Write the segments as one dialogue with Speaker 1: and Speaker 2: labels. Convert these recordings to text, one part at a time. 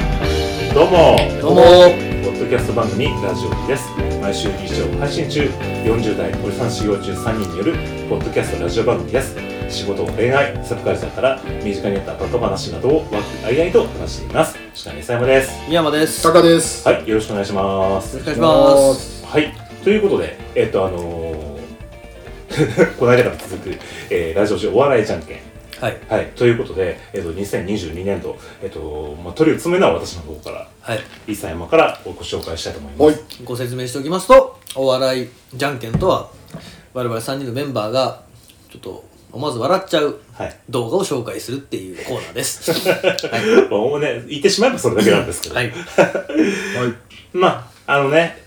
Speaker 1: どうもポッ
Speaker 2: どうも
Speaker 1: ドキャスト番組ラジオ日です毎週日曜配信中40代おじさん修行中3人によるポッドキャストラジオ番組です仕事恋愛サブカルチャーから身近にあったバカ話などを和気あいあいと話しています下根さやまです
Speaker 2: 宮山です。
Speaker 3: タカです。
Speaker 1: はいよろしくお願いします
Speaker 2: よろしくお願いします。
Speaker 3: す。
Speaker 1: はいということでえっとあのー この間から続く、えーラジオ中お笑いじゃんけん
Speaker 2: はい。
Speaker 1: はい、ということで、えっと2022年度、えっとまあ、トリを詰めな私の方から
Speaker 2: はい。
Speaker 1: 伊佐山からご紹介したいと思いま
Speaker 3: はい
Speaker 1: す。。
Speaker 2: ご説明しておきますと、お笑いじゃんけんとは、我々3人のメンバーが、ちょっと、思わず笑っちゃう
Speaker 1: はい。
Speaker 2: 動画を紹介するっていうコーナー です。
Speaker 1: まあおおね、言ってしまえばそれだけなんですけど。
Speaker 2: はい。
Speaker 3: はい。
Speaker 1: まあ、あのね、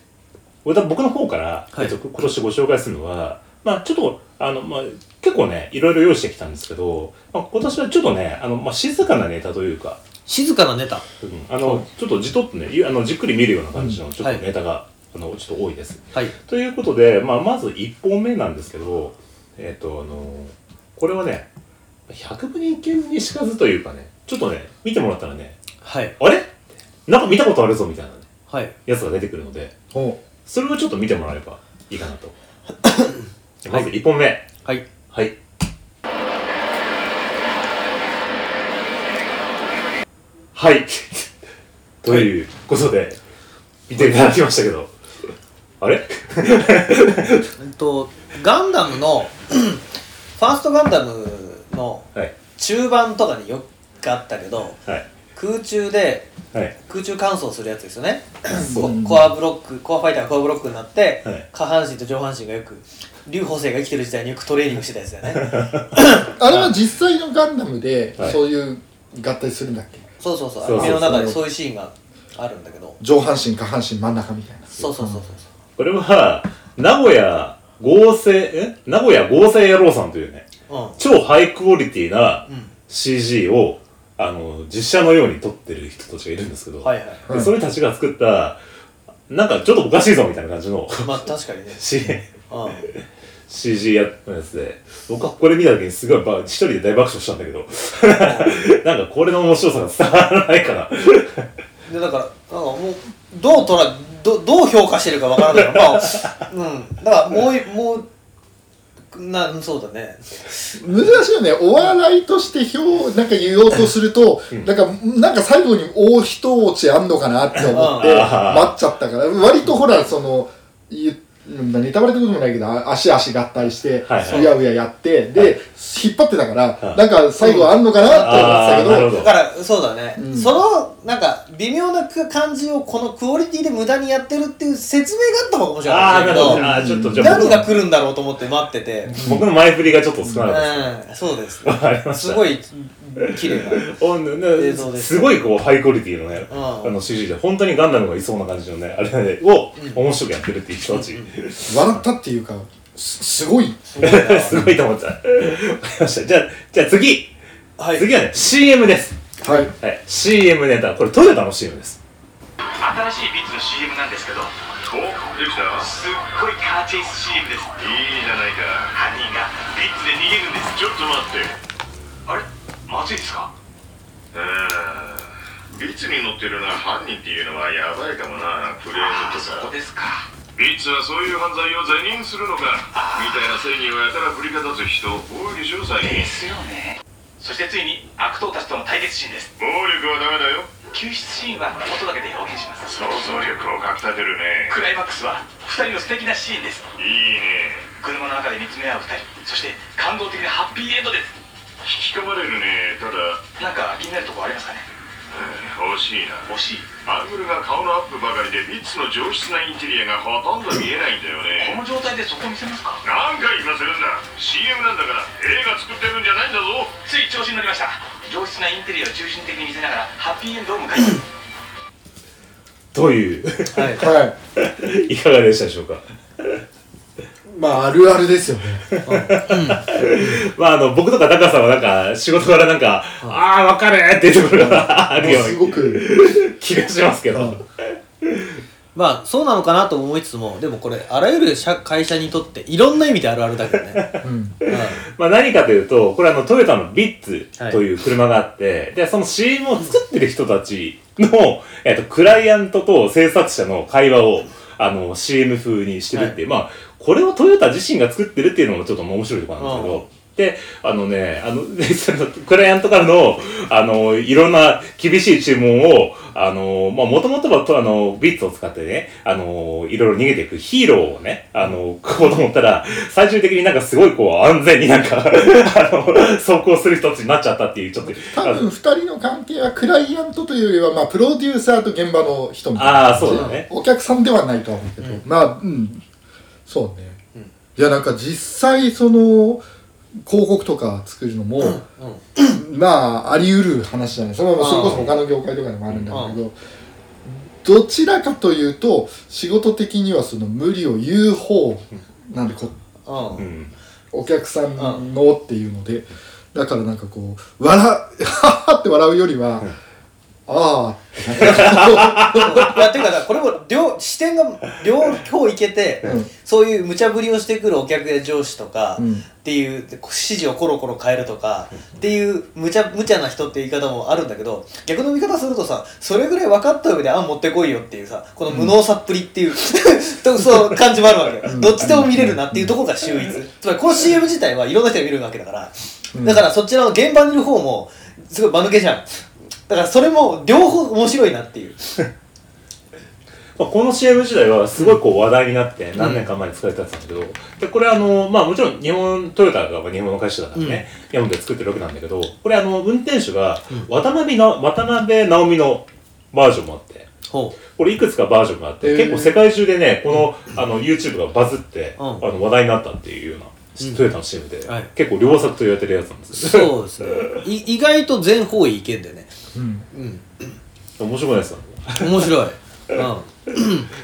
Speaker 1: 俺僕の方から、
Speaker 2: はい
Speaker 1: えっと今年ご紹介するのは、まあ、ちょっと、あの、まあ、結構ね、いろいろ用意してきたんですけど、まあ、今年はちょっとね、あの、まあ、静かなネタというか、
Speaker 2: 静かなネタ。
Speaker 1: うんあの、ちょっとじとっとね、ゆあのじっくり見るような感じの、ちょっ
Speaker 2: は
Speaker 1: と
Speaker 2: い
Speaker 1: ネタが、あの、ちょっと多いです。
Speaker 2: はい。
Speaker 1: ということで、まあ、まず1本目なんですけど、えっ、と、あのこれはね、百分に一見にしかずというかね、ちょっとね、見てもらったらね、
Speaker 2: はい。
Speaker 1: あれなんか見たことあるぞみたいなね、
Speaker 2: はい。
Speaker 1: やつが出てくるので、
Speaker 3: お
Speaker 1: それをちょっと見てもらえばいいかな と。まず1本目。
Speaker 2: はい。
Speaker 1: はい。はい。 ということで、見ていただきましたけど、あれ
Speaker 2: うんと、ガンダムの、 ファーストガンダムの
Speaker 1: はい。
Speaker 2: 中盤とかによくあったけど、
Speaker 1: はい。
Speaker 2: 空中で
Speaker 1: はい。
Speaker 2: 空中乾燥するやつですよね
Speaker 1: そう
Speaker 2: ココアブロックコアファイターがコアブロックになって、
Speaker 1: はい
Speaker 2: 下半身と上半身がよく劉邦生が生きてる時代によくトレーニングしてたやつだ よね
Speaker 3: あれは実際のガンダムで
Speaker 1: はい
Speaker 3: そういう合体するんだっけ
Speaker 2: そうそうそう
Speaker 1: そうそうそう
Speaker 2: アニメの中でそういうシーンがあるんだけど
Speaker 3: 上半身下半身真ん中みたいな。
Speaker 2: そうそうそうそう
Speaker 1: これは、名古屋合成、え名古屋合成野郎さんというね、
Speaker 2: そう
Speaker 1: 超ハイクオリティな
Speaker 2: うん、
Speaker 1: CG を、あの、実写のように撮ってる人たちがいるんですけ
Speaker 2: う
Speaker 1: ど、
Speaker 2: ん、はいはい
Speaker 1: でそれたちが作った、なんかちょっとおかしいぞみたいな感じの
Speaker 2: まあ確かにね
Speaker 1: C-
Speaker 2: う
Speaker 1: CG やのやつで、僕はこれ見た時にすごいば一人で大爆笑したんだけど、 なんかこれの面白さが伝わらないから、
Speaker 2: んでだからなんかもうどうとらどどう評価してるかわからないからまあうんだからもういもうなそうだね
Speaker 3: 難しいよね。お笑いとして表なんか言おうとすると、なんかなんか最後に大一落ちあんのかなって思って
Speaker 1: うん
Speaker 3: 待っちゃったから、割とほらその言うネタバレってこともないけど、あ足足合体して
Speaker 1: はいはいう
Speaker 3: やうややって
Speaker 1: はい
Speaker 3: で引っ張ってたから
Speaker 1: い、
Speaker 3: なんか最後あんのかなって思ってた
Speaker 1: あーな
Speaker 3: け
Speaker 1: る
Speaker 3: ど
Speaker 1: ほ。ど
Speaker 2: だからそうだね、
Speaker 3: うん
Speaker 2: そのなんか微妙な感じをこのクオリティで無駄にやってるっていう説明があった方が面白か
Speaker 1: あ
Speaker 2: っ
Speaker 1: ー、な
Speaker 2: た
Speaker 1: ん
Speaker 2: け
Speaker 1: か
Speaker 2: ど
Speaker 1: あー、ちょっとじゃあ
Speaker 2: 何
Speaker 1: 僕
Speaker 2: が
Speaker 1: の
Speaker 2: 来るんだろうと思って待ってて
Speaker 1: 僕の前振りがちょっと少なかったです。
Speaker 2: うんそうです
Speaker 1: わかりました
Speaker 2: すごい綺麗な
Speaker 1: おね
Speaker 2: 映像です
Speaker 1: すごいこうハイクオリティのね、
Speaker 2: うん
Speaker 1: あの CG で本当にガンダムがいそうな感じのねあれを面白くやってるっていう人たち、
Speaker 3: 笑ったっていうかすすごい
Speaker 2: すごい な
Speaker 1: すごいと思ってたわかりましたじゃあじゃあ次、
Speaker 2: はい
Speaker 1: 次はね CM です
Speaker 3: はい
Speaker 1: はい、CM ネタこれトヨタの CM です
Speaker 4: 新しいビーツの CM なんですけどおできたすっごいカーチェイス CM ですいいじゃないか犯人がビーツで逃げるんですちょっと待ってあれまずいですか
Speaker 5: うんビーツに乗ってるのは犯人っていうのはやばいかもなクレームと
Speaker 4: そこ
Speaker 5: か
Speaker 4: ですか
Speaker 5: ビーツはそういう犯罪を是認するのかみたいな正義をやたら振りかざす人多いでしょ最
Speaker 4: で
Speaker 5: 近
Speaker 4: すよねそしてついに悪党たちとの対決シーンです
Speaker 5: 暴力はダメだよ
Speaker 4: 救出シーンは音だけで表現します
Speaker 5: 想像力をかきたてるね
Speaker 4: クライマックスは2人の素敵なシーンです
Speaker 5: いいね
Speaker 4: 車の中で見つめ合う2人そして感動的なハッピーエンドです
Speaker 5: 引き込まれるねただ、
Speaker 4: なんか気になるとこありますかね
Speaker 5: うん惜しいな
Speaker 4: 惜しい
Speaker 5: アングルが顔のアップばかりでビーツの上質なインテリアがほとんど見えないんだよ
Speaker 4: こ
Speaker 5: ね
Speaker 4: の状態でそこ見せますか
Speaker 5: 何回言わせるんだ CM なんだから映画作ってるんじゃないんだぞ
Speaker 4: つい調子に乗りました上質なインテリアを中心的に見せながらハッピーエンドを迎えます
Speaker 1: という
Speaker 2: はい
Speaker 3: はい
Speaker 1: いかがでしたでしょうか
Speaker 3: まああるあるですよね
Speaker 1: まああの僕とかタカさんはなんか仕事からなんか、ああわかるっていうところがあるよ
Speaker 3: す
Speaker 1: う
Speaker 3: ご
Speaker 1: な
Speaker 3: く
Speaker 1: 気がしますけど、
Speaker 3: うん
Speaker 2: まあそうなのかなと思いつつもでもこれあらゆる社会社にとっていろんな意味であるあるだけどね、
Speaker 3: うん
Speaker 2: うん
Speaker 1: まあ何かというとこれあのトヨタのビッツという車があって、でその CM を作ってる人たちの、えっと、クライアントと制作者の会話を、あの、CM 風にしてるっていう、まあ、これをトヨタ自身が作ってるっていうのもちょっと面白いところなんですけど、で、あのね、あの、 でそのクライアントからの、あの、いろんな厳しい注文を、あの、まあ、もともとは、とあの、ビッツを使ってね、あの、いろいろ逃げていくヒーローをね、あの、食おうと思ったら、最終的になんかすごいこう、安全になんか、 あの、走行する人たちになっちゃったっていう、ちょっと、
Speaker 3: 多
Speaker 1: あの
Speaker 3: 分2人の関係はクライアントというよりは、まあ、プロデューサーと現場の人みたいな
Speaker 1: ああ、そうだね。
Speaker 3: お客さんではないとは思うけど、
Speaker 2: うん
Speaker 3: まあうんそうね、いやなんか実際その広告とか作るのも、まああり得る話じゃないそれはそれこそ他の業界とかでもあるんだけど、どちらかというと仕事的にはその無理を言う方なんでこ
Speaker 2: うん
Speaker 1: う
Speaker 2: うん
Speaker 1: ん。
Speaker 3: お客さんのっていうのでだからなんかこう笑うははって笑うよりは、ああ
Speaker 2: いやていうかだからこれも両視点が両方いけて、
Speaker 3: ん
Speaker 2: そういう無茶ぶりをしてくるお客や上司とか、
Speaker 3: うん
Speaker 2: っていう指示をコロコロ変えるとか、っていう無茶無茶な人っていう言い方もあるんだけど逆の見方するとさそれぐらい分かった上であ持ってこいよっていうさこの無能さっぷりっていう、と そう感じもあるわけよ、どっちでも見れるなっていうところが秀逸、つまりこの CM 自体はいろんな人が見れるわけだから、だからそちらの現場にいる方もすごい間抜けじゃんだからそれも両方面白いなっていう
Speaker 1: まあ、この CM 時代はすごいこう話題になって何年か前に作られたやつなんだけど、でこれあの、まあ、もちろん日本トヨタが日本の会社だからね、日本で作ってるわけなんだけどこれあの運転手が渡辺な渡辺直美のバージョンもあって
Speaker 2: ほ
Speaker 1: これいくつかバージョンがあって、
Speaker 3: へー
Speaker 1: 結構世界中でねこの,、あの YouTube がバズって、
Speaker 2: うん
Speaker 1: あの話題になったっていうような、トヨタの CM で、
Speaker 2: はい
Speaker 1: 結構良作と言われてるやつなんですよ
Speaker 2: うですね意外と全方位いけんだよね
Speaker 3: うん
Speaker 2: うん
Speaker 1: 面白くないですか、
Speaker 2: 面白 い、うん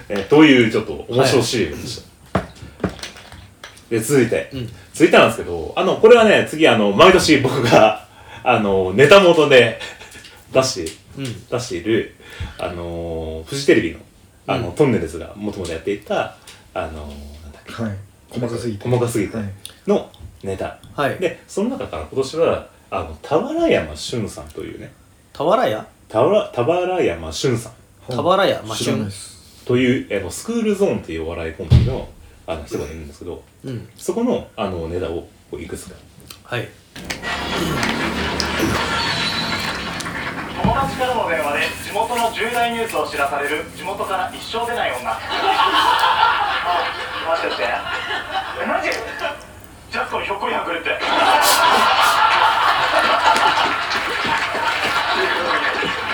Speaker 1: えーというちょっと面白い CM でした、で続いて、
Speaker 2: ん
Speaker 1: 続いてなんですけどあのこれはね次あの毎年僕があのネタ元で 出して、
Speaker 2: うん
Speaker 1: 出しているあのーフジテレビのあの、トンネルズがもともとやっていたあのーなんだっけ
Speaker 3: はい細かすぎて
Speaker 1: 細かすぎて
Speaker 3: はい
Speaker 1: のネタ、
Speaker 2: はい
Speaker 1: でその中から今年はあの俵山俊さんというね
Speaker 2: 俵屋
Speaker 1: 俵俵山俊さん
Speaker 2: 俵屋まあ
Speaker 3: 知らないで
Speaker 2: 旬
Speaker 3: す
Speaker 1: というあのスクールゾーンっていうお笑いコンビのあの人がいるんですけど、
Speaker 2: うん
Speaker 1: そこのあのネタをこういくつか
Speaker 2: はい
Speaker 4: 友達からの電話で地元の重大ニュースを知らされる地元から一生出ない女 おい待ってってえマジジャスコにひょっこりはぐれって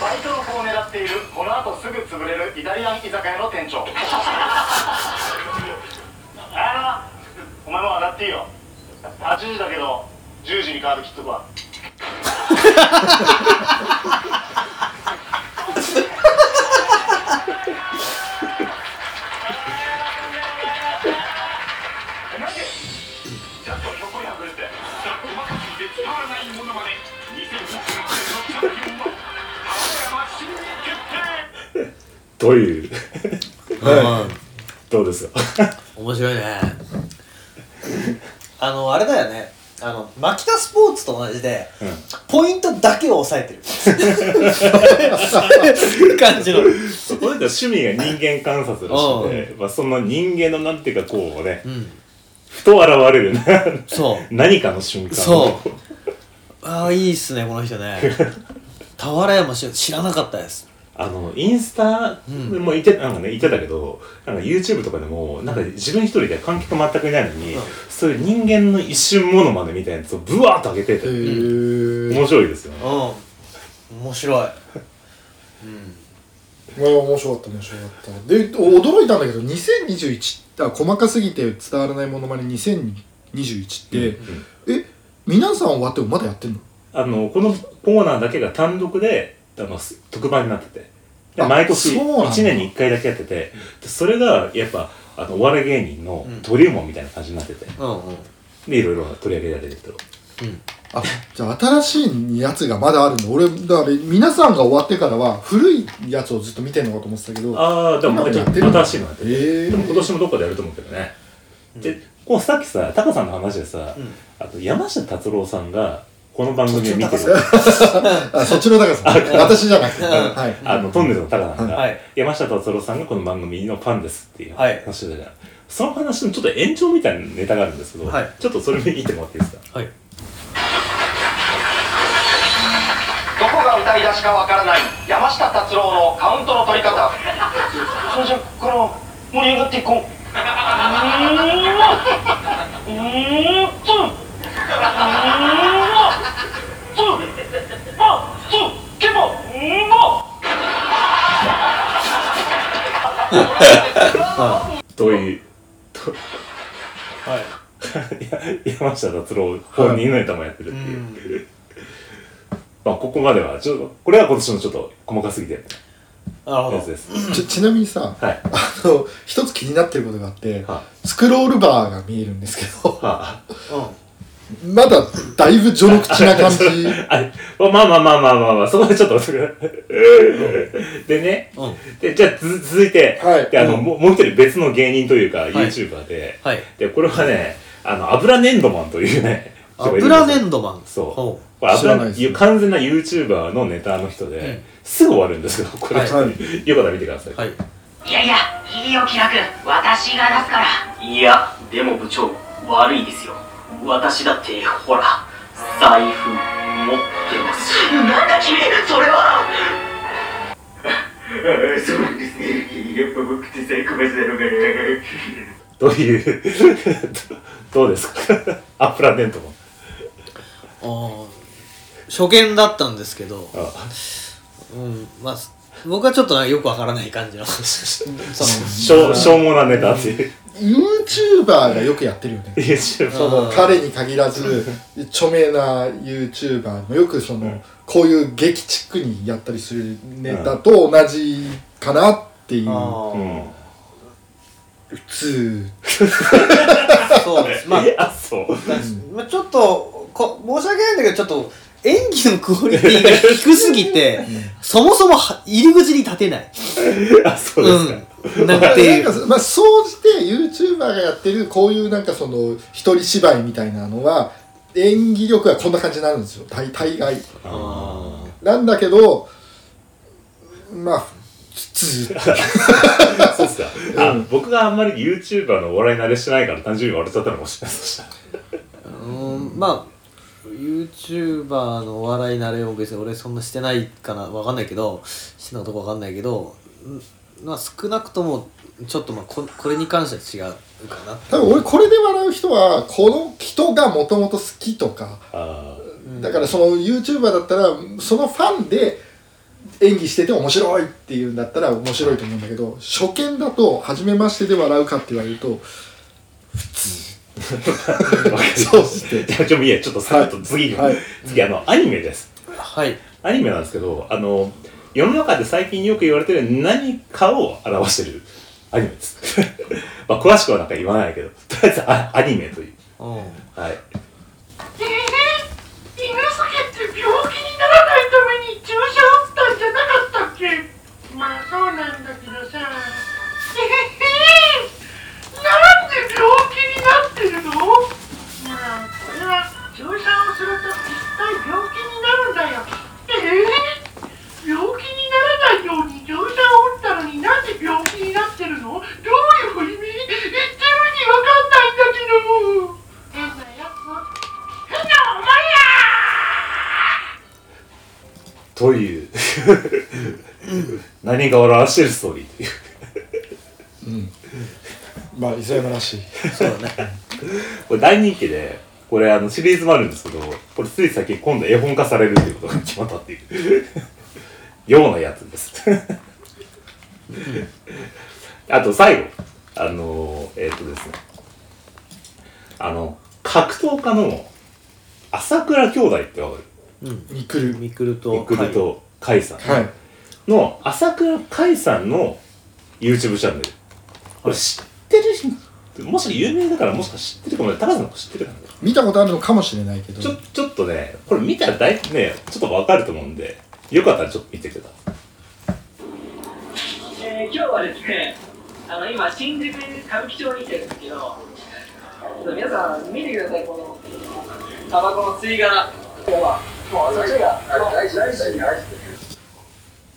Speaker 4: バイトの子を狙っているこの後すぐ潰れるイタリアン居酒屋の店長ああお前も上がっていいよ8時だけど10時にカード切っとくわ
Speaker 5: ちゃんとひょこりはぐれてさあ細かすぎて伝わらないものまで2016年のチャンピオ
Speaker 1: どういう
Speaker 5: ンは青山新に決定
Speaker 3: は
Speaker 1: どうですか
Speaker 2: 面白いねあのあれだよねあのマキタスポーツと同じで、
Speaker 1: ん
Speaker 2: ポイントだけを抑えて る 感じの
Speaker 1: 俺たちは趣味が人間観察らしいんで、まあ、その人間のなんていうかこうね
Speaker 2: うん
Speaker 1: ふと現れるな
Speaker 2: そう
Speaker 1: 何かの瞬間
Speaker 2: そうああいいっすねこの人ね俵山俊知らなかったです
Speaker 1: あのインスタでもいて、なんかねいてたけどなんか YouTube とかでもなんか自分一人で観客全くいないのに、
Speaker 2: うん
Speaker 1: そういう人間の一瞬ものまでみたいなやつをブワーッと上げて
Speaker 3: いへ
Speaker 1: て
Speaker 3: え
Speaker 1: 面白いですよね
Speaker 2: うん面白い
Speaker 3: まあ面白かった面白かったで驚いたんだけど2021あ細かすぎて伝わらないものまね2021って、え皆さん終わってもまだやってんの
Speaker 1: あのこのコーナーだけが単独であのす特番になっててで
Speaker 3: あ
Speaker 1: 毎年
Speaker 3: そうなんだ
Speaker 1: 1年に1回だけやっててでそれがやっぱあのお笑い芸人の登竜門みたいな感じになってて、
Speaker 2: うんうん
Speaker 1: でいろいろ取り上げられてるけど
Speaker 3: あじゃあ新しいやつがまだあるの俺だから皆さんが終わってからは古いやつをずっと見てんのかと思ってたけど
Speaker 1: ああでも
Speaker 3: 今
Speaker 1: ま
Speaker 3: までやってるんだ
Speaker 1: た新しいのやってて、
Speaker 3: へー
Speaker 1: でも今年もどっかでやると思うけどね、でこうさっきさタカさんの話でさ、あと山下達郎さんがここの番組を見てる
Speaker 2: そっちの
Speaker 3: あそっちの高さん 私じゃなくてはい
Speaker 1: あの、トンネルのタカさんが、
Speaker 2: はい
Speaker 1: 山下達郎さんがこの番組のファンですっていう
Speaker 2: はい
Speaker 1: 話をしてたじゃん、その話のちょっと延長みたいなネタがあるんですけど、
Speaker 2: はい
Speaker 1: ちょっとそれ見てもらっていいですか
Speaker 2: はい
Speaker 6: どこが歌い出しかわからない山下達郎のカウントの取り方それじゃから盛り上がっていこううーんまうーんつううーんまつうまつうけばうんま
Speaker 1: という、と
Speaker 2: はい
Speaker 1: や 山下達郎本人のネタもやってるっていう。まあ、ここまでは、ちょっと、これは今年のちょっと細かすぎて
Speaker 2: なるほ
Speaker 1: や
Speaker 2: ど
Speaker 1: つです。
Speaker 3: ちちなみにさ
Speaker 1: はい。
Speaker 3: あの一つ気になってることがあって
Speaker 1: は
Speaker 3: スクロールバーが見えるんですけど
Speaker 1: は
Speaker 3: まだだいぶ序の口な感じ
Speaker 1: あ、あまあまあまあまあまあまあ、そこでちょっと遅くでね、
Speaker 2: うん
Speaker 1: でじゃあつ続いて、
Speaker 3: はい
Speaker 1: であの
Speaker 3: うん
Speaker 1: もうもう一人別の芸人というか、YouTuber で、
Speaker 2: はい
Speaker 1: でこれはねあの油粘土マンというね
Speaker 2: 油
Speaker 1: 土
Speaker 2: 粘土マン
Speaker 1: そ
Speaker 2: ほ
Speaker 1: うこれ
Speaker 3: 知ら
Speaker 1: 油
Speaker 3: ないですね
Speaker 1: 完全な YouTuber のネタの人で、
Speaker 2: ん
Speaker 1: すぐ終わるんですけどこれ、
Speaker 2: はい
Speaker 1: よかったら見てください、
Speaker 2: うはい
Speaker 7: いやいや、いいよ、気楽。私が出すから。いや、でも部長、悪いですよ。私だって、ほら、財布、持ってますし。なんだ君、それ は
Speaker 5: そうなんですねやっぱ僕って最高バスなのかな
Speaker 1: どう いうどうですか 油粘土マン
Speaker 2: あー初見だったんですけど、
Speaker 1: あ
Speaker 2: うん、まあ僕はちょっとなんかよくわからない感じのその
Speaker 1: しょうしょうもなネタっていう
Speaker 3: YouTuber がよくやってるよね
Speaker 1: YouTuber
Speaker 3: その彼に限らず著名な YouTuber もよくそのこういう劇チックにやったりするネタと同じかなっていう
Speaker 2: あー
Speaker 1: うん
Speaker 3: 普通
Speaker 2: そうですまあ
Speaker 1: えあそう
Speaker 2: まあちょっとこ申し訳ないんだけどちょっと演技のクオリティが低すぎて、そもそもは入り口に立てない。
Speaker 1: あそうですか、
Speaker 2: うん。なんて
Speaker 3: な
Speaker 2: い
Speaker 3: んか
Speaker 2: う。
Speaker 3: そまあ総じて YouTuber がやってるこういうなんかその一人芝居みたいなのは演技力はこんな感じになるんですよ大大概
Speaker 2: あ
Speaker 3: なんだけどまあ普通
Speaker 1: そうっすか、あ僕があんまり YouTuber のお笑い慣れしてないから単純に言われちゃったのかもしれないそしたら
Speaker 2: ーうん、まあ、YouTuber のお笑い慣れも別に俺そんなしてないかな、わかんないけど、してたとこわかんないけど、うんまあ少なくとも、ちょっとまあこ、これに関しては違うかな。
Speaker 3: 多分俺これで笑う人はこの人がもともと好きとか
Speaker 1: あ
Speaker 3: だからその YouTuber だったらそのファンで演技してて面白いっていうんだったら面白いと思うんだけど初見だと初めましてで笑うかって言われると
Speaker 1: あ
Speaker 3: そうして
Speaker 1: じゃあちょっといいやちょっとさらっと次に、
Speaker 3: はい
Speaker 1: 次あのアニメです
Speaker 2: はい。
Speaker 1: アニメなんですけどあの世の中で最近よく言われてる何かを表してるアニメです まあ詳しくはなんか言わないけどとりあえずあアニメという
Speaker 2: うん。
Speaker 1: はい
Speaker 7: ええ犬酒って病気にならないために注射打ったんじゃなかったっけまあそうなんだけどさ。えへへなんで病気になってるのまあ、これは注射をすると一体病気になるんだよ。ええ病気にならないように注射を打ったのになんで病気になってるのどういう意味言ってるにわかんないんだけど。変なやつ。変なお前や
Speaker 1: という 何かを表してるストーリーという
Speaker 3: まあ磯山らしい
Speaker 2: そうだね。
Speaker 1: これ大人気でこれあのシリーズもあるんですけどこれつい先今度絵本化されるっていうことが決まったっていう ようなやつです あと最後あのえっ、とですねあの格闘家の朝倉兄弟ってわかる
Speaker 3: に来る
Speaker 2: ミクルと。
Speaker 1: ミクルと甲斐さん、
Speaker 3: はい
Speaker 1: の朝倉海さんの YouTube チャンネルこれ知ってる人もしか有名だからもしか知ってるかもね高さんも知ってるかな
Speaker 3: 見たことあるのかもしれないけど
Speaker 1: ちょちょっとねこれ見たら大体ねちょっとわかると思うんでよかったらちょっと見てください
Speaker 7: えー、今日はですね、あの今、新宿歌舞伎町にいてるんですけど、皆さん見てください、このタバコの吸い殻。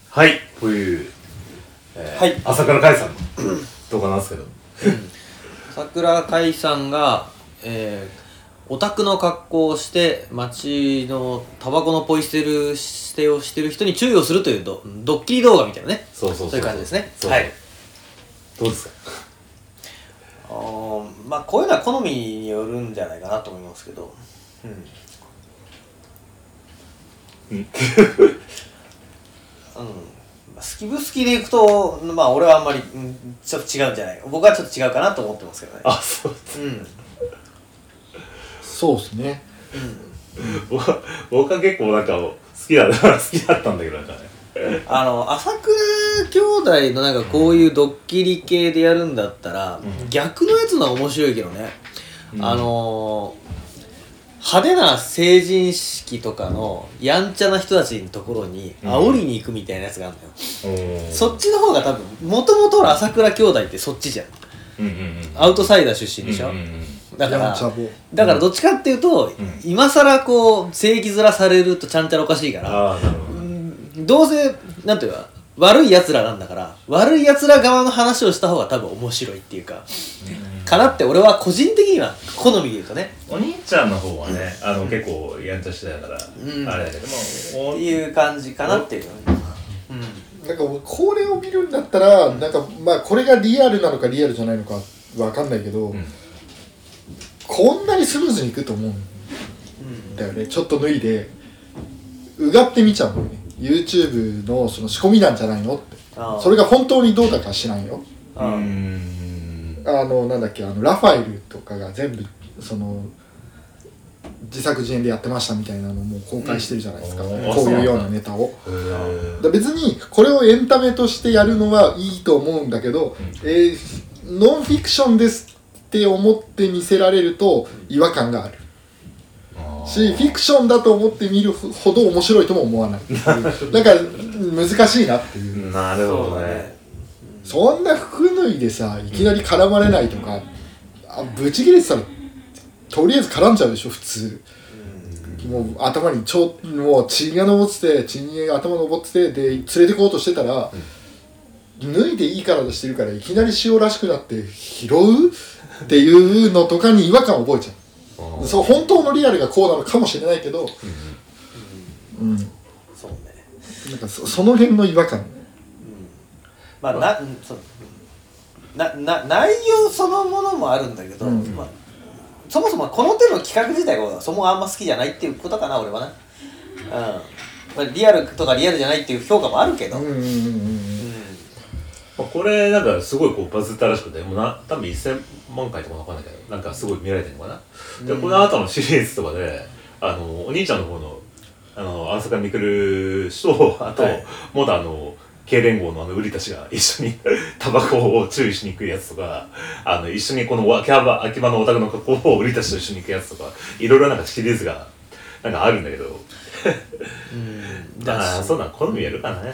Speaker 1: はいという、えー
Speaker 2: はい
Speaker 1: 朝倉海さんの動画なんですけど
Speaker 2: 桜海さんが、えー、オタクの格好をして街のタバコのポイ捨てる捨てをしてる人に注意をするというドドッキリ動画みたいなね
Speaker 1: そうそうそう
Speaker 2: そういう感じですね
Speaker 1: そう
Speaker 2: はい
Speaker 1: どうですか
Speaker 2: あーまあこういうのは好みによるんじゃないかなと思いますけど、う
Speaker 1: う
Speaker 2: ん、
Speaker 1: ん
Speaker 2: うん、まあ好き不好きでいくと、まあ俺はあんまり、うん、ちょっと違うんじゃない僕はちょっと違うかなと思ってますけどね。
Speaker 1: あそう
Speaker 2: うん。
Speaker 3: そうですね
Speaker 1: 僕は僕は結構なんか好きだな好きだったんだけどなんかね
Speaker 2: あの、朝倉兄弟のなんかこういうドッキリ系でやるんだったら、逆のやつの方が面白いけどね。
Speaker 1: うん
Speaker 2: あのー派手な成人式とかのやんちゃな人たちのところに
Speaker 1: うん
Speaker 2: 煽りに行くみたいなやつがあるのよ、
Speaker 1: うん
Speaker 2: そっちの方が多分もともとの朝倉兄弟ってそっちじゃん
Speaker 1: うんうんうん
Speaker 2: アウトサイダー出身でし
Speaker 1: う
Speaker 2: ょ、
Speaker 1: んうんうん
Speaker 2: だか
Speaker 3: や
Speaker 2: ら
Speaker 3: んちゃ坊
Speaker 2: だからどっちかっていうと、
Speaker 1: ん
Speaker 2: 今更こう正義面されるとちゃんちゃらおかしいから
Speaker 1: ああなるほど
Speaker 2: どうせなんていうか悪い奴らなんだから悪い奴ら側の話をした方が多分面白いっていうか、かなって俺は個人的には好みで言うとね
Speaker 1: お兄ちゃんの方はね、あの結構やんちゃしてたから、
Speaker 2: ん
Speaker 1: あれだけども
Speaker 2: っ
Speaker 1: お
Speaker 2: ていう感じかなっていう、
Speaker 3: なんかこれを見るんだったらなんかまあこれがリアルなのかリアルじゃないのかわかんないけど、
Speaker 1: ん
Speaker 3: こんなにスムーズにいくと思うんだよねちょっと脱いでうがって見ちゃうのね YouTube のその仕込みなんじゃないのって
Speaker 2: あー
Speaker 3: それが本当にどうだか知らんよ
Speaker 2: うん
Speaker 1: うーん
Speaker 3: あのなんだっけあのラファエルとかが全部その自作自演でやってましたみたいなのをもう公開してるじゃないですか、
Speaker 1: うん
Speaker 3: こういうようなネタを。
Speaker 1: へー
Speaker 3: だ別にこれをエンタメとしてやるのはいいと思うんだけど、えーノンフィクションですって思って見せられると違和感がある
Speaker 1: あー
Speaker 3: しフィクションだと思って見るほど面白いとも思 わないだから難しいなっていう、
Speaker 1: なるほどね
Speaker 3: そんな服脱いでさいきなり絡まれないとか、あぶち切れてたらとりあえず絡んじゃうでしょ普通、もう頭にちょもう血が上ってて血に頭上っててで連れてこうとしてたら、脱いでいい体してるからいきなり塩らしくなって拾うっていうのとかに違和感を覚えちゃうそう本当のリアルがこうなのかもしれないけど、うん
Speaker 2: そうね
Speaker 3: なんかそその辺の違和感
Speaker 2: まあ、な、うんそうな、な、内容そのものもあるんだけど、
Speaker 3: うん
Speaker 2: まあ、そもそもこの手の企画自体がそもあんま好きじゃないっていうことかな、俺はな。うん。まあ、リアルとかリアルじゃないっていう評価もあるけど、う
Speaker 3: う
Speaker 2: んん。
Speaker 3: うんうんうん
Speaker 1: まあこれなんかすごいこうバズったらしくてもうな多分1000万回とかわかんないけどなんかすごい見られてるのかな、でこの後のシリーズとかであのお兄ちゃんの方のあの浅香みくる氏とあと、
Speaker 2: はい
Speaker 1: まだあの K 連合のあの売りたちが一緒に タバコを注意しに行くやつとかあの一緒にこの秋葉秋葉のお宅の格好を売りたちと一緒に行くやつとかいろいろなんかシリーズがなんかあるんだけど
Speaker 2: うん。
Speaker 1: だから
Speaker 2: だし
Speaker 1: そうなん好みやるからね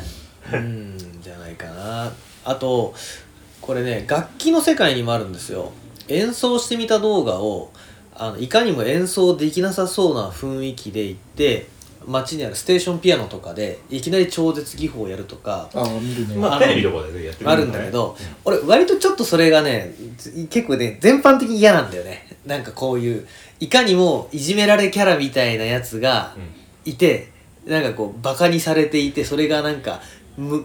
Speaker 2: うん、じゃないかな。あと、これね、楽器の世界にもあるんですよ。演奏してみた動画を、あのいかにも演奏できなさそうな雰囲気で行って、街にあるステーションピアノとかで、いきなり超絶技法をやるとか、
Speaker 3: ああ見るね、
Speaker 1: ま
Speaker 2: あ
Speaker 1: あ
Speaker 2: の
Speaker 1: テレビとかでやってる
Speaker 2: あるんだけど、俺割とちょっとそれがね結構ね全般的に嫌なんだよねなんかこういういかにもいじめられキャラみたいなやつが
Speaker 1: うん
Speaker 2: いて、なんかこうバカにされていてそれがなんかむ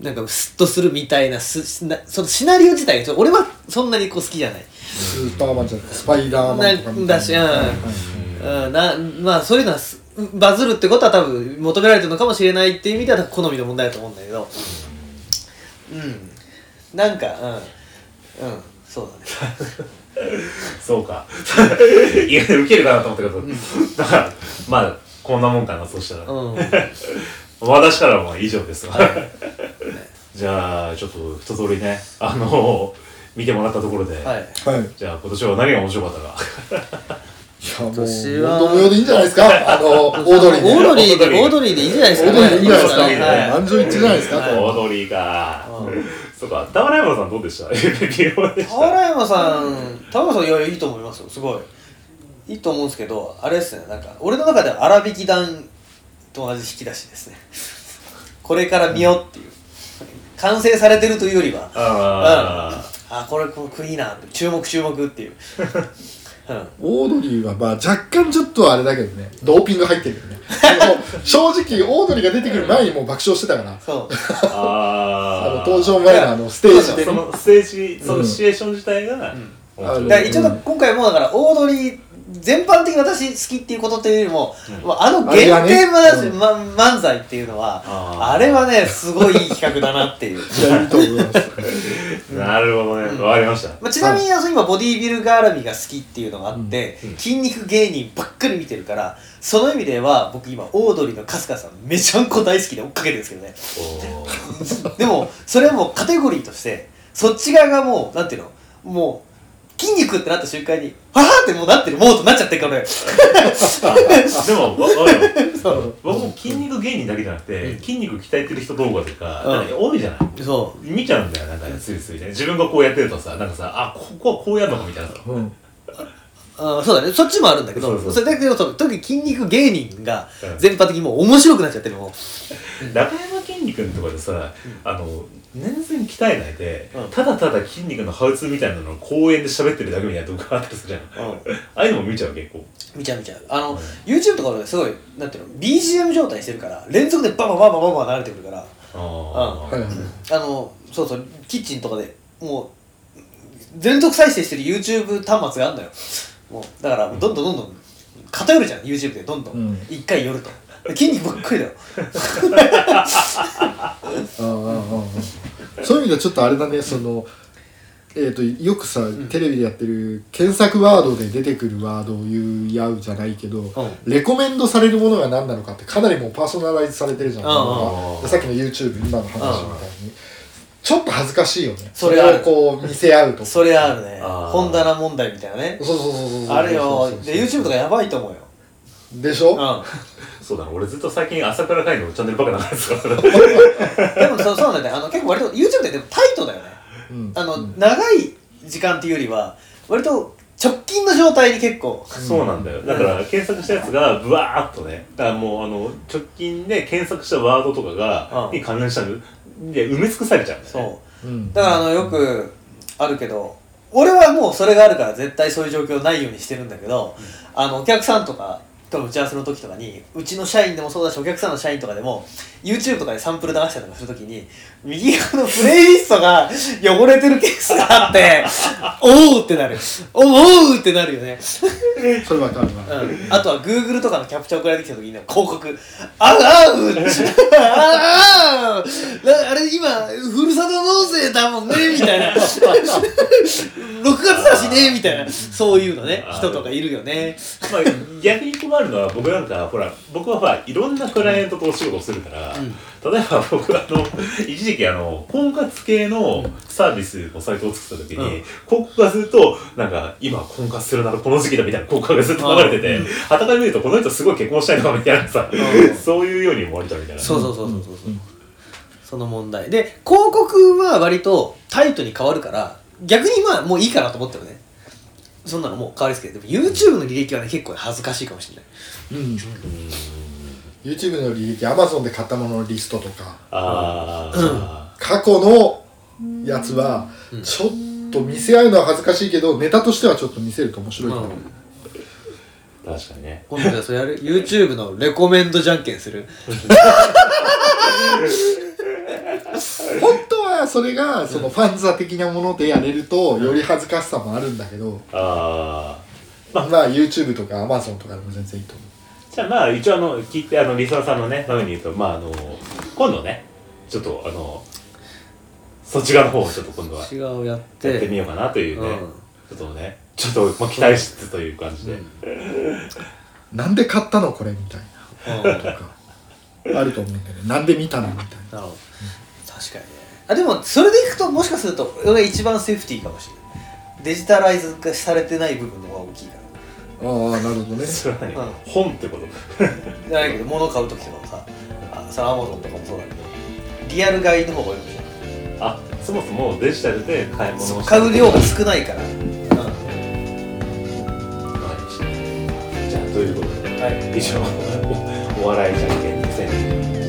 Speaker 2: なんかスッとするみたいなすしなそのシナリオ自体がちょ俺はそんなにこう好きじゃない、
Speaker 3: スーパーマンじゃなくてスパイダーマンとかみたいな
Speaker 2: だしうんうん、なまあそういうのはすバズるってことは多分求められてるのかもしれないっていう意味では好みの問題だと思うんだけどうんなんかうんうんそうだね
Speaker 1: そうか。いや、ウケるかなと思ったけど、だから、まあ、こんなもんかな、そしたら。
Speaker 2: う
Speaker 1: 私からは以上ですが。じゃあ、ちょっと一通りね、あの、見てもらったところで、
Speaker 2: んはい
Speaker 3: はい
Speaker 1: じゃあ今年は何が面白かったか。
Speaker 3: いやもう
Speaker 2: 私は
Speaker 3: 問答無用でいいんじゃないですか あのオードリー
Speaker 2: オー
Speaker 3: ね
Speaker 2: ドリーでオードリーでいいじゃないです
Speaker 3: オ
Speaker 2: か
Speaker 3: ードリーでいいんじゃないです
Speaker 1: オード
Speaker 3: か
Speaker 1: リーでね
Speaker 3: 満場一致じゃないですか
Speaker 2: は
Speaker 3: こ
Speaker 1: オードリーか
Speaker 2: う。
Speaker 1: そうか、田村山さんどうでした微妙でし
Speaker 2: 俵山さん俵山さんいやいやいいと思いますよすごいいいと思うんですけどあれですねなんか俺の中では粗引き団と同じ引き出しですねこれから見ようっていう完成されてるというよりは
Speaker 1: あ
Speaker 2: うん、あこれこれいいなって注目注目っていう、うん、
Speaker 3: オードリーはまあ若干ちょっとあれだけどねドーピング入ってるよねもう正直オードリーが出てくる前にもう爆笑してたから
Speaker 2: そう
Speaker 1: ーあ
Speaker 3: あの
Speaker 1: ー
Speaker 3: 登場前のあのステージで
Speaker 1: そ
Speaker 3: ね
Speaker 1: のステージその
Speaker 3: うん
Speaker 1: シチュエーション自体が面白い
Speaker 3: あの
Speaker 2: だから一応だ今回もだからオードリー全般的に私好きっていうことというよりも、まああの限
Speaker 3: あれ
Speaker 2: 定
Speaker 3: がね
Speaker 2: 漫,、
Speaker 3: うん
Speaker 2: ま、漫才っていうのは
Speaker 1: あー
Speaker 2: あれはねすごいいい企画だな っていう
Speaker 3: いやいいと思います
Speaker 1: なるほどねわかりました
Speaker 2: まあ、ちなみにあの今ボディービル絡みが好きっていうのがあって、筋肉芸人ばっかり見てるからその意味では僕今オードリーの春日さんめちゃんこ大好きで追っかけてるんですけどね
Speaker 1: おー
Speaker 2: でもそれはもうカテゴリーとしてそっち側がもうなんていうのもう筋肉ってなった瞬間にははってもうなってるもうとなっちゃってるからね
Speaker 1: でもわわかるよ
Speaker 3: そう
Speaker 1: 僕も筋肉芸人だけじゃなくて筋肉鍛えてる人動画とか
Speaker 2: うん
Speaker 1: なんか多いじゃない
Speaker 2: そう
Speaker 1: 見ちゃうんだよなんかついついね自分がこうやってるとさなんかさあここはこうやるのかみたいな
Speaker 3: うん
Speaker 2: あーそうだねそっちもあるんだけど
Speaker 1: そう
Speaker 2: そ
Speaker 1: そう
Speaker 2: れだけどその特に筋肉芸人が
Speaker 1: うん
Speaker 2: 全般的にもう面白くなっちゃってるもん
Speaker 1: 中山きんに君とかでさ、あの全然鍛えないで、
Speaker 2: うん
Speaker 1: ただただ筋肉のハウツーみたいなのを公園で喋ってるだけみたいな動画あったりするじゃん、
Speaker 2: うん
Speaker 1: ああいうのも見ちゃう結構
Speaker 2: 見ちゃう見ちゃうあの、YouTube とかですごいなんていうの BGM 状態してるから連続でバババババババ流れてくるから
Speaker 1: あ
Speaker 3: はいはいはい
Speaker 2: あのそうそうキッチンとかでもう連続再生してる YouTube 端末があるのよもうだからどんどんどんどん偏るじゃん YouTube でどんど
Speaker 3: うんん
Speaker 2: 一、回寄ると筋肉ばっかりだよ
Speaker 3: うんうんうんうんそういう意味ではちょっとあれだねそのえー、とよくさ、テレビでやってる検索ワードで出てくるワードを言い合うじゃないけど、レコメンドされるものが何なのかってかなりもうパーソナライズされてるじゃん、
Speaker 2: うん
Speaker 1: うんうん
Speaker 3: さっきの YouTube 今の話みたいに、ちょっと恥ずかしいよね
Speaker 2: それある
Speaker 3: をこう見せ合うとか
Speaker 2: それあるね
Speaker 1: あー
Speaker 2: 本棚問題みたいなね
Speaker 3: そうそうそうそうそう
Speaker 2: あるよ
Speaker 3: そうそうそう
Speaker 2: で YouTube とかやばいと思うよ
Speaker 3: でしょ、
Speaker 2: うん
Speaker 1: そうだね俺ずっと最近朝倉海のチャンネルばっかなんですから
Speaker 2: でもそうそうなんだよあの結構割と YouTube ってでもタイトだよね
Speaker 3: うん
Speaker 2: あの、長い時間っていうよりは割と直近の状態に結構
Speaker 1: そうなんだよだから検索したやつがブワーっとねだからもうあの直近で検索したワードとかが、
Speaker 2: うん
Speaker 1: に関連したので埋め尽くされちゃうんだよね
Speaker 2: そう
Speaker 3: うん
Speaker 2: だからあのよくあるけど俺はもうそれがあるから絶対そういう状況ないようにしてるんだけど、あのお客さんとかとの打ち合わせの時とかにうちの社員でもそうだしお客さんの社員とかでも YouTube とかでサンプル流したりとかする時に右側のプレイリストが汚れてるケースがあって おおってなるおおってなるよね、
Speaker 3: それわかるわ、
Speaker 2: うん、あとは Google とかのキャプチャー送られてきた時に、ね、広告「あうあうあうあうなあれ今ふるさと納税だもんね」みたいな。6月だしねみたいなそういうのね
Speaker 1: あー
Speaker 2: 人とかいるよね
Speaker 1: まあ、逆に困るのは僕なんかほら僕はほらいろんなクライアントとお仕事をするから、例えば僕あの 一時期あの婚活系のサービスのサイトを作った時に、
Speaker 2: うん
Speaker 1: 広告がするとなんか今婚活するならこの時期だみたいな広告がずっと流れててはたから見るとこの人すごい結婚したいなみたいなさ、
Speaker 2: うん
Speaker 1: そういうように思われたみたいな
Speaker 2: そうそうそうそうそう、その問題で広告は割とタイトに変わるから逆にまあもういいかなと思ったよねそんなのもう変わりですけどでも YouTube の履歴はね結構恥ずかしいかもしれない
Speaker 3: うん YouTube の履歴 Amazon で買ったもののリストとか
Speaker 1: ああ、
Speaker 3: 過去のやつはちょっと見せ合うのは恥ずかしいけどネタとしてはちょっと見せると面白いと思う、
Speaker 1: 確かにね
Speaker 2: 今度じゃあそれやる YouTube のレコメンドじゃんけんする
Speaker 3: 本当はそれがそのファンザ的なものでやれるとより恥ずかしさもあるんだけど、
Speaker 1: ああ
Speaker 3: まあ YouTube とか Amazon とかでも全然いいと思
Speaker 1: じゃあまあ一応あの聞いてあのリサさんのねために言うとまああの今度ねちょっとあのそっち側の方をちょっと今度は
Speaker 2: 違うや
Speaker 1: や
Speaker 2: っ
Speaker 1: って
Speaker 2: て
Speaker 1: みようかなというね、
Speaker 2: うん
Speaker 1: ちょっとねちょっとまあ期待してという感じで、
Speaker 3: うなんで買ったのこれみたい
Speaker 2: うん
Speaker 3: なとかあると思うんだよねなんで見たのみたい
Speaker 2: な
Speaker 3: な
Speaker 2: るほど確かにねあでもそれでいくともしかすると俺が一番セーフティーかもしれないデジタライズ化されてない部分の方が大きいか
Speaker 3: ああなるほどね
Speaker 1: それは何、
Speaker 2: うん
Speaker 1: 本ってこと
Speaker 2: らじゃないけど物買う時とかもさあそのアマゾンとかもそうだけどリアル買いの方がいいかもしれない
Speaker 1: あそもそもデジタルで買い物を
Speaker 2: 買う量が
Speaker 1: が
Speaker 2: 少ないから、うん、
Speaker 1: 少ないしということで
Speaker 2: はい
Speaker 1: 以上お笑いじゃんけん2022